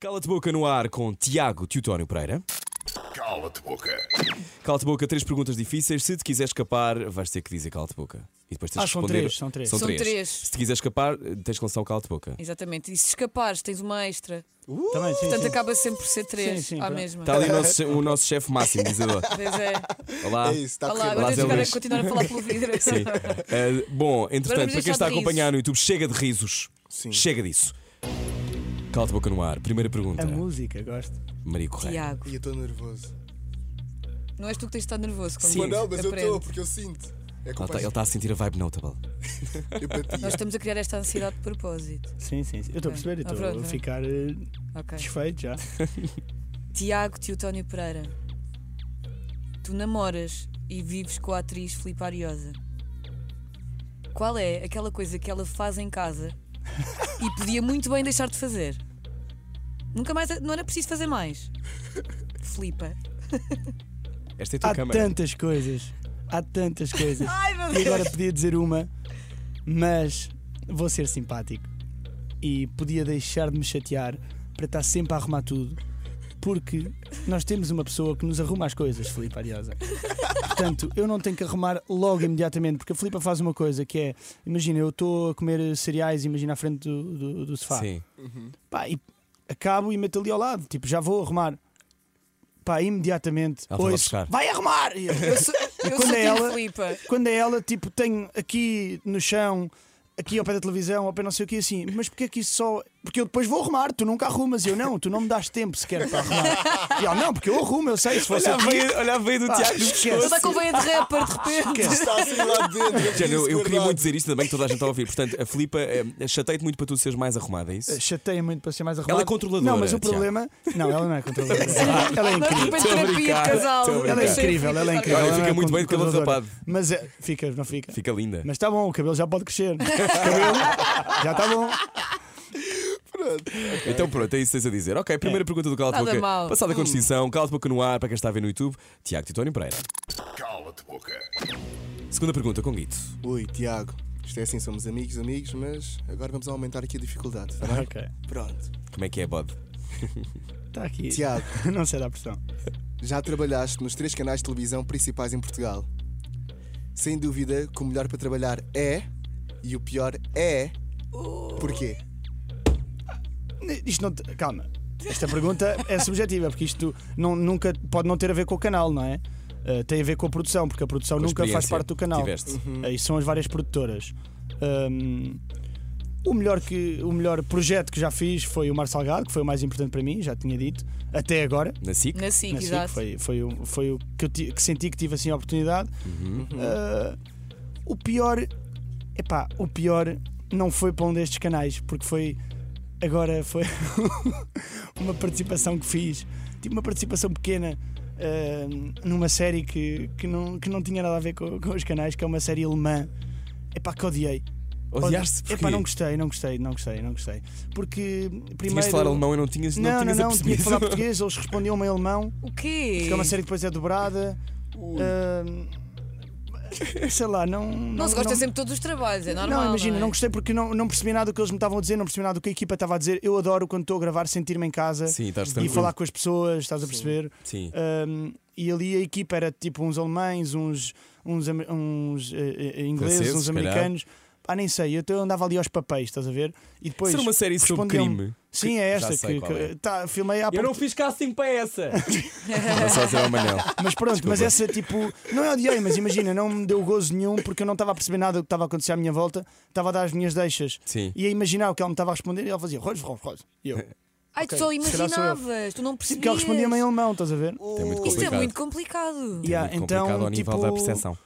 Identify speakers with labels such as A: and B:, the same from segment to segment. A: Cala-te boca no ar com Tiago Teutónio Pereira.
B: Cala-te boca.
A: Cala-te boca, três perguntas difíceis. Se te quiser escapar, vais ter que dizer cala-te boca. E depois tens
C: Ah,
A: de
C: são
A: responder.
C: três, são três.
A: São
D: São
A: três.
D: três. Então.
A: Se te quiser escapar, tens que lançar o cala-te boca.
D: Exatamente. E se escapares, tens uma extra.
C: Também, sim,
D: Portanto,
C: sim.
D: acaba sempre por ser três.
C: Sim, sim,
D: à
C: pronto.
D: mesma.
A: Está ali o nosso, che- o nosso chefe máximo, diz ele.
D: Pois é.
A: Olá.
B: É isso, está a
D: Olá,
B: correr
A: Lá,
D: agora
A: Zé
D: tens agora
A: Luís.
D: a continuar a falar pelo vidro.
A: Sim. Eh, bom, entretanto,
D: vamos
A: para quem
D: deixar
A: está a
D: de
A: acompanhar
D: risos.
A: no YouTube, chega de risos.
B: Sim.
A: Chega disso. Cala-te boca no ar. Primeira pergunta.
C: A É música, gosto.
A: Maria Correia.
D: É Tiago,
B: E eu estou nervoso.
D: não és tu que tens de estar nervoso. Quando
A: Sim.
B: Mas não, mas eu
D: aprende.
B: estou, porque eu sinto. É
A: tá, Ele está
B: compaixão.
A: a sentir a vibe notable.
B: Empatia.
D: Nós estamos a criar esta ansiedade de propósito.
C: Sim, sim, sim. Eu estou a
D: Ok.
C: perceber, eu
D: Ah,
C: estou
D: pronto,
C: a
D: pronto.
C: ficar eh,
D: Ok.
C: desfeito já.
D: Tiago Teutónio Pereira. Tu namoras e vives com a atriz Filipe Ariosa. Qual é aquela coisa que ela faz em casa e podia muito bem deixar de fazer? Nunca mais, não era preciso fazer mais. Filipa.
A: Esta é a tua
C: Há
A: câmara.
C: tantas coisas. Há tantas coisas.
D: Ai meu
C: E agora podia dizer uma, mas vou ser simpático. E podia deixar de me chatear para estar sempre a arrumar tudo, porque nós temos uma pessoa que nos arruma as coisas, Filipe Ariosa. Portanto, eu não tenho que arrumar logo imediatamente, porque a Filipa faz uma coisa que é: imagina, eu estou a comer cereais, imagina à frente do, do, do sofá.
A: Sim.
C: Pá, e acabo e meto ali ao lado, tipo, já vou arrumar. Pá, imediatamente.
A: Ela foi lá
C: ouço,
A: buscar.
C: vai arrumar! E eu-
D: Eu sou, eu
C: quando
D: sou
C: é
D: tipo
C: ela-
D: Filipa.
C: quando é ela, tipo, tenho aqui no chão, aqui ao pé da televisão, ao pé não sei o que, assim, mas porque é que isso só. Porque eu depois vou arrumar, tu nunca arrumas, e eu não, tu não me das tempo sequer para arrumar. E ela, não, porque eu arrumo, eu sei, se fosse
A: Olha a
C: aqui.
A: veia- olha a veia do
C: Pá,
A: Tiago no
C: esquece.
A: pescoço.
D: Está tá com veia de rapper de repente.
B: Está a sair lá de dentro.
A: Já, eu, eu queria
B: guardado.
A: muito dizer isto também, que toda a gente está a ouvir. Portanto, a Filipa, eh, chatei-te muito para tu seres mais arrumada, é isso?
C: Chateia muito para ser mais arrumada.
A: Ela é controladora,
C: Não, mas o
A: Tiago.
C: problema. Não, ela não é controladora. ela é
D: Nós tá de
C: incrível.
D: repente
A: Estou a
D: terapia
A: brincar,
D: de casal.
A: estou a
C: Ela é
A: brincar.
C: incrível, ela é incrível.
A: Olha,
C: ela
A: fica
C: é
A: muito bem de cabelo
C: controladora.
A: rapado.
C: Mas é, fica, não fica.
A: Fica linda.
C: Mas está bom, o cabelo já pode crescer. O cabelo já está bom.
A: Então pronto, é isso que tens a dizer. Ok, primeira
C: É.
A: pergunta do Cala-te
D: Nada
A: Boca.
D: mal.
A: Passada com
C: Hum.
A: distinção, Cala-te Boca no ar, para quem está a ver no YouTube, Tiago Titónio Pereira.
B: Cala-te boca.
A: Segunda pergunta com Guito.
B: Ui, Tiago. Isto é assim, somos amigos, amigos, mas agora vamos aumentar aqui a dificuldade. Tá bem?
C: Ok.
B: Pronto.
A: Como é que é, Bod?
C: Está aqui.
B: Tiago,
C: Não sei dar pressão.
B: já trabalhaste nos três canais de televisão principais em Portugal. Sem dúvida que o melhor para trabalhar é. E o pior é.
A: Oh.
B: Porquê?
C: Isto não. te- Calma. Esta pergunta é subjetiva, porque isto não, nunca pode não ter a ver com o canal, não é? Uh, tem a ver com a produção, porque a produção
A: Com a
C: nunca faz
A: experiência
C: parte do canal.
A: que tiveste. Uhum.
C: Uh, e são as várias produtoras. Um, o, melhor que, o melhor projeto que já fiz foi o Mar Salgado, que foi o mais importante para mim, já tinha dito, até agora.
A: Na SIC?
D: Na SIC,
C: na SIC,
D: exato.
C: é assim foi, foi, o- foi o que eu ti- que senti que tive assim a oportunidade.
A: Uhum.
C: Uh, o pior, epá, o pior não foi para um destes canais, porque foi agora foi uma participação que fiz, tipo uma participação pequena. uh, numa série que, que, não, que não tinha nada a ver com, com os canais, que é uma série alemã, epá, que odiei.
A: Odiaste?
C: Odi-
A: Porquê?
C: Epá, não gostei, não gostei, não gostei, não gostei. Porque primeiro.
A: Tinhas de falar alemão e não tinhas, não,
C: Não, não,
A: tinhas
C: não, tinha
A: apercebido.
C: que falar português, eles respondiam-me em alemão.
D: O quê?
C: Porque é uma série que depois é dobrada. Ahm, sei lá, não.
D: Não se gosta
C: não,
D: sempre de todos os trabalhos, é normal.
C: Não, imagina,
D: é?
C: não gostei porque não, não percebi nada do que eles me estavam a dizer, não percebi nada do que a equipa estava a dizer. Eu adoro quando estou a gravar sentir-me em casa
A: Sim, estás
C: e
A: tranquilo.
C: falar Ah, com as pessoas, estás a perceber?
A: Sim.
C: Ahm, e ali a equipa era tipo uns alemães, uns, uns, am- uns eh, eh, ingleses,
A: Franceses,
C: uns
A: se calhar.
C: americanos. Ah, nem sei, eu até andava ali aos papéis, estás a ver? E depois.
A: Ser uma série sobre
C: respondiam-me-
A: crime.
C: Sim, é
A: Já
C: esta
A: sei
C: que,
A: qual é.
C: que- tá, filmei há pouco
A: fiz casting para essa. Não só dizer ao Manel.
C: Mas pronto, mas essa tipo, não é odiei, mas imagina, não me deu gozo nenhum porque eu não estava a perceber nada do que estava a acontecer à minha volta, estava a dar as minhas deixas
A: Sim.
C: e a imaginar o que ela me estava a responder e ela fazia rojo, rojo, rojo. E eu,
D: Ai,
C: Ok, se calhar
D: tu só
C: sou eu.
D: imaginavas, tu não
C: sim,
D: percebias.
C: porque ela respondia meio alemão, estás a ver?
A: É muito
D: Isto é
A: complicado.
D: muito complicado.
C: Yeah,
A: Muito
C: então,
A: complicado ao nível
C: tipo,
A: da percepção.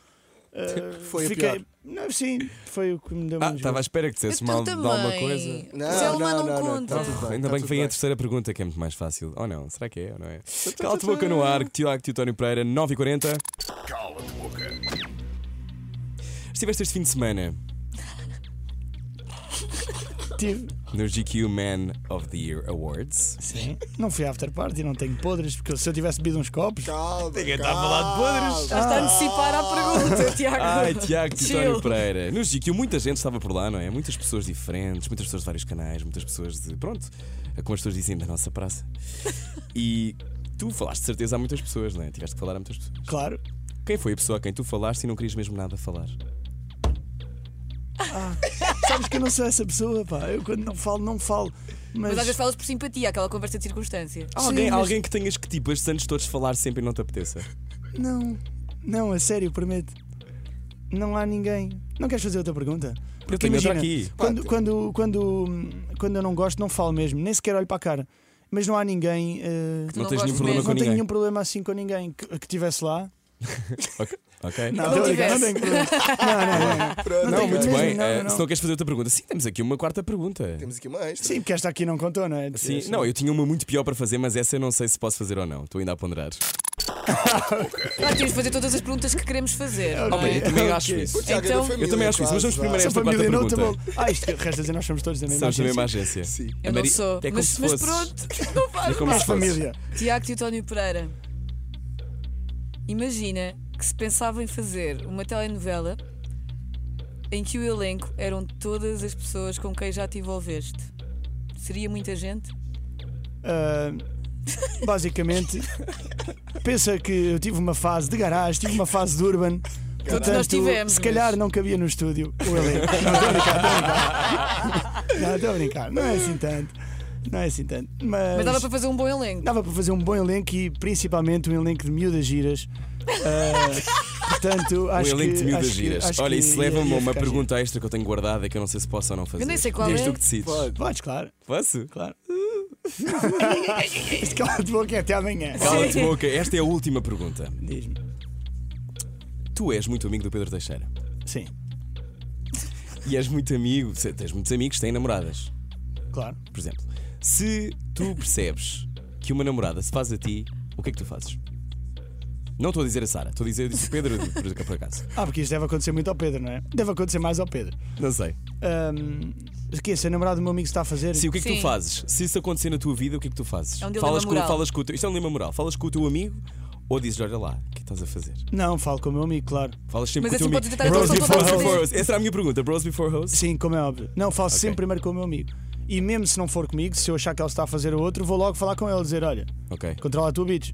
C: eh,
B: Foi a
C: fiquei,
B: pior.
C: não, sim, foi o que me deu
A: Ah,
C: menos
A: estava à
C: gozo.
A: espera que dissesse
D: Então
A: mal de alguma coisa.
D: Se um ela não, conta.
B: tá tudo bem,
A: Ainda
B: tá
A: bem que
B: tudo
A: vem a terceira pergunta, que é muito mais fácil. Ou não? Será que é ou não é? Cala-te boca no ar, Tiago Teutónio Pereira, 9h40.
B: Cala-te boca.
A: Estiveste este fim de semana
C: Tive-
A: nos GQ Man of the Year Awards.
C: Sim. Não fui à after party, não tenho podres, porque se eu tivesse bebido uns copos.
B: Calma.
A: Ninguém está a falar de podres.
D: Já está a antecipar à pergunta, Tiago.
A: Ai, Tiago Titónio
D: Chill.
A: Pereira. No GQ, muita gente estava por lá, não é? Muitas pessoas diferentes, muitas pessoas de vários canais, muitas pessoas de. Pronto, como as pessoas dizem, da nossa praça. E tu falaste de certeza a muitas pessoas, não é? Tiveste que falar a muitas pessoas.
C: Claro.
A: Quem foi a pessoa a quem tu falaste e não querias mesmo nada falar?
C: Sabes que eu não sou essa pessoa, pá. Eu quando não falo, não falo. Mas,
D: Mas às vezes falas por simpatia, aquela conversa de circunstância.
A: Há Alguém,
C: mas-
A: alguém que tenhas que, tipo, estes anos todos falar sempre e não te apeteça.
C: não, não, a sério, prometo. Não há ninguém. Não queres fazer outra pergunta?
A: Eu tenho outra aqui.
C: Quando,
B: Pá,
C: quando, quando, quando eu não gosto, não falo mesmo, nem sequer olho para a cara. Mas não há ninguém. eh,
D: Não
A: Não, tens nenhum
D: gosto
A: problema com
D: mesmo.
C: não tenho
A: ninguém.
C: nenhum problema assim com ninguém que que estivesse lá.
A: Ok. ok.
C: Não,
D: Não
C: tô ligado, não
D: tivesse.
C: tenho problema. Não, não, não.
B: Pronto,
A: Não,
C: tenho
A: muito
C: mesmo,
A: bem.
C: não,
A: Eh,
C: não.
A: Se não queres fazer outra pergunta, sim, temos aqui uma quarta pergunta.
B: Temos aqui mais. tá
C: Sim, porque esta aqui não contou, não é?
A: Sim, não, eu tinha uma muito pior para fazer, mas essa eu não sei se posso fazer ou não. Estou ainda a ponderar.
D: Ah, temos de fazer todas as perguntas que queremos fazer. não
A: Ok,
D: é?
A: eu também
C: Ah, Ok. então,
A: acho isso.
B: Tiago, é da
D: Então-
B: família,
A: Eu também acho isso, mas vamos
B: quase,
A: primeiro
B: vá.
A: esta
C: Essa
A: quarta
C: família não
A: pergunta.
C: Ah, isto resta dizer, nós somos todos da mesma
A: Estamos na mesma
C: agência.
A: agência.
B: Sim.
A: A
D: Eu não
A: Mari-
D: sou.
A: É como
D: mas,
A: se
D: mas
A: fosses.
D: pronto, não
A: É
D: faz
A: como
C: Nós
A: se fosses.
C: família.
D: Tiago Teutónio Pereira. Imagina que se pensava em fazer uma telenovela em que o elenco eram todas as pessoas com quem já te envolveste. Seria muita gente?
C: Ah, basicamente, pensa que eu tive uma fase de garagem, tive uma fase de urban. Portanto,
D: Nós tivemos,
C: se calhar
D: mas-
C: não cabia no estúdio o elenco. Não, estou a brincar, estou a brincar. Não, estou a brincar. Não é assim tanto. Não é assim tanto. Mas,
D: Mas dava para fazer um bom elenco.
C: dava para fazer um bom elenco e principalmente um elenco de miúdas giras. Ah, portanto,
A: Um
C: acho
A: elenco
C: que,
A: de miúdas
C: acho que-
A: giras.
C: acho
A: Olha,
C: que
A: isso
C: ia-
A: leva-me
C: ia
A: a uma
C: ficar giro.
A: pergunta extra que eu tenho guardada que eu não sei se posso ou não fazer.
D: Eu nem sei qual
A: Diz
D: é.
A: tu que decides.
B: Pode.
C: Podes, claro.
A: Posso?
C: Claro. Isto cala de boca é até amanhã.
A: Cala-te boca. Esta é a última pergunta.
C: Diz-me.
A: Tu és muito amigo do Pedro Teixeira.
C: Sim,
A: E és muito amigo. se- Tens muitos amigos que têm namoradas,
C: claro.
A: por exemplo. Se tu percebes que uma namorada se faz a ti, o que é que tu fazes? Não estou a dizer a Sara, estou a dizer eu disse o Pedro por, por acaso.
C: Ah, porque isto deve acontecer muito ao Pedro, não é? Deve acontecer mais ao Pedro.
A: Não sei.
C: Ahm, O que é? Ser namorado do meu amigo está a fazer?
A: Sim, o que é que tu
D: Sim.
A: fazes? Se isso acontecer na tua vida, o que é que tu fazes?
D: É um dilema
A: falas, com,
D: moral.
A: falas com o teu, isto é um dilema moral. Falas com o teu amigo ou dizes, olha lá, o que estás a fazer?
C: Não, falo com o meu amigo, claro.
A: Falas sempre
D: Mas
A: com o
D: assim
A: teu
D: podes
A: amigo.
D: tentar
A: Bros
C: a tua
A: before
C: solução para
A: hoes. Essa era a minha pergunta. Bros before hoes?
C: Sim, como é óbvio. Não, falo sempre primeiro com o meu amigo. E mesmo se não for comigo, se eu achar que ele está a fazer o outro, vou logo falar com ele, dizer: olha,
A: Ok.
C: controla a tua bitch.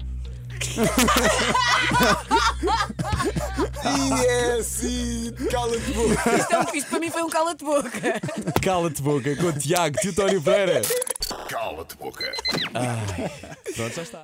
B: Yes, e cala-te boca.
D: Isto, é um- isto para mim foi um cala-te-boca.
A: Cala-te boca com o Tiago, Teutónio Pereira.
E: Cala-te boca.
A: Pronto, já está.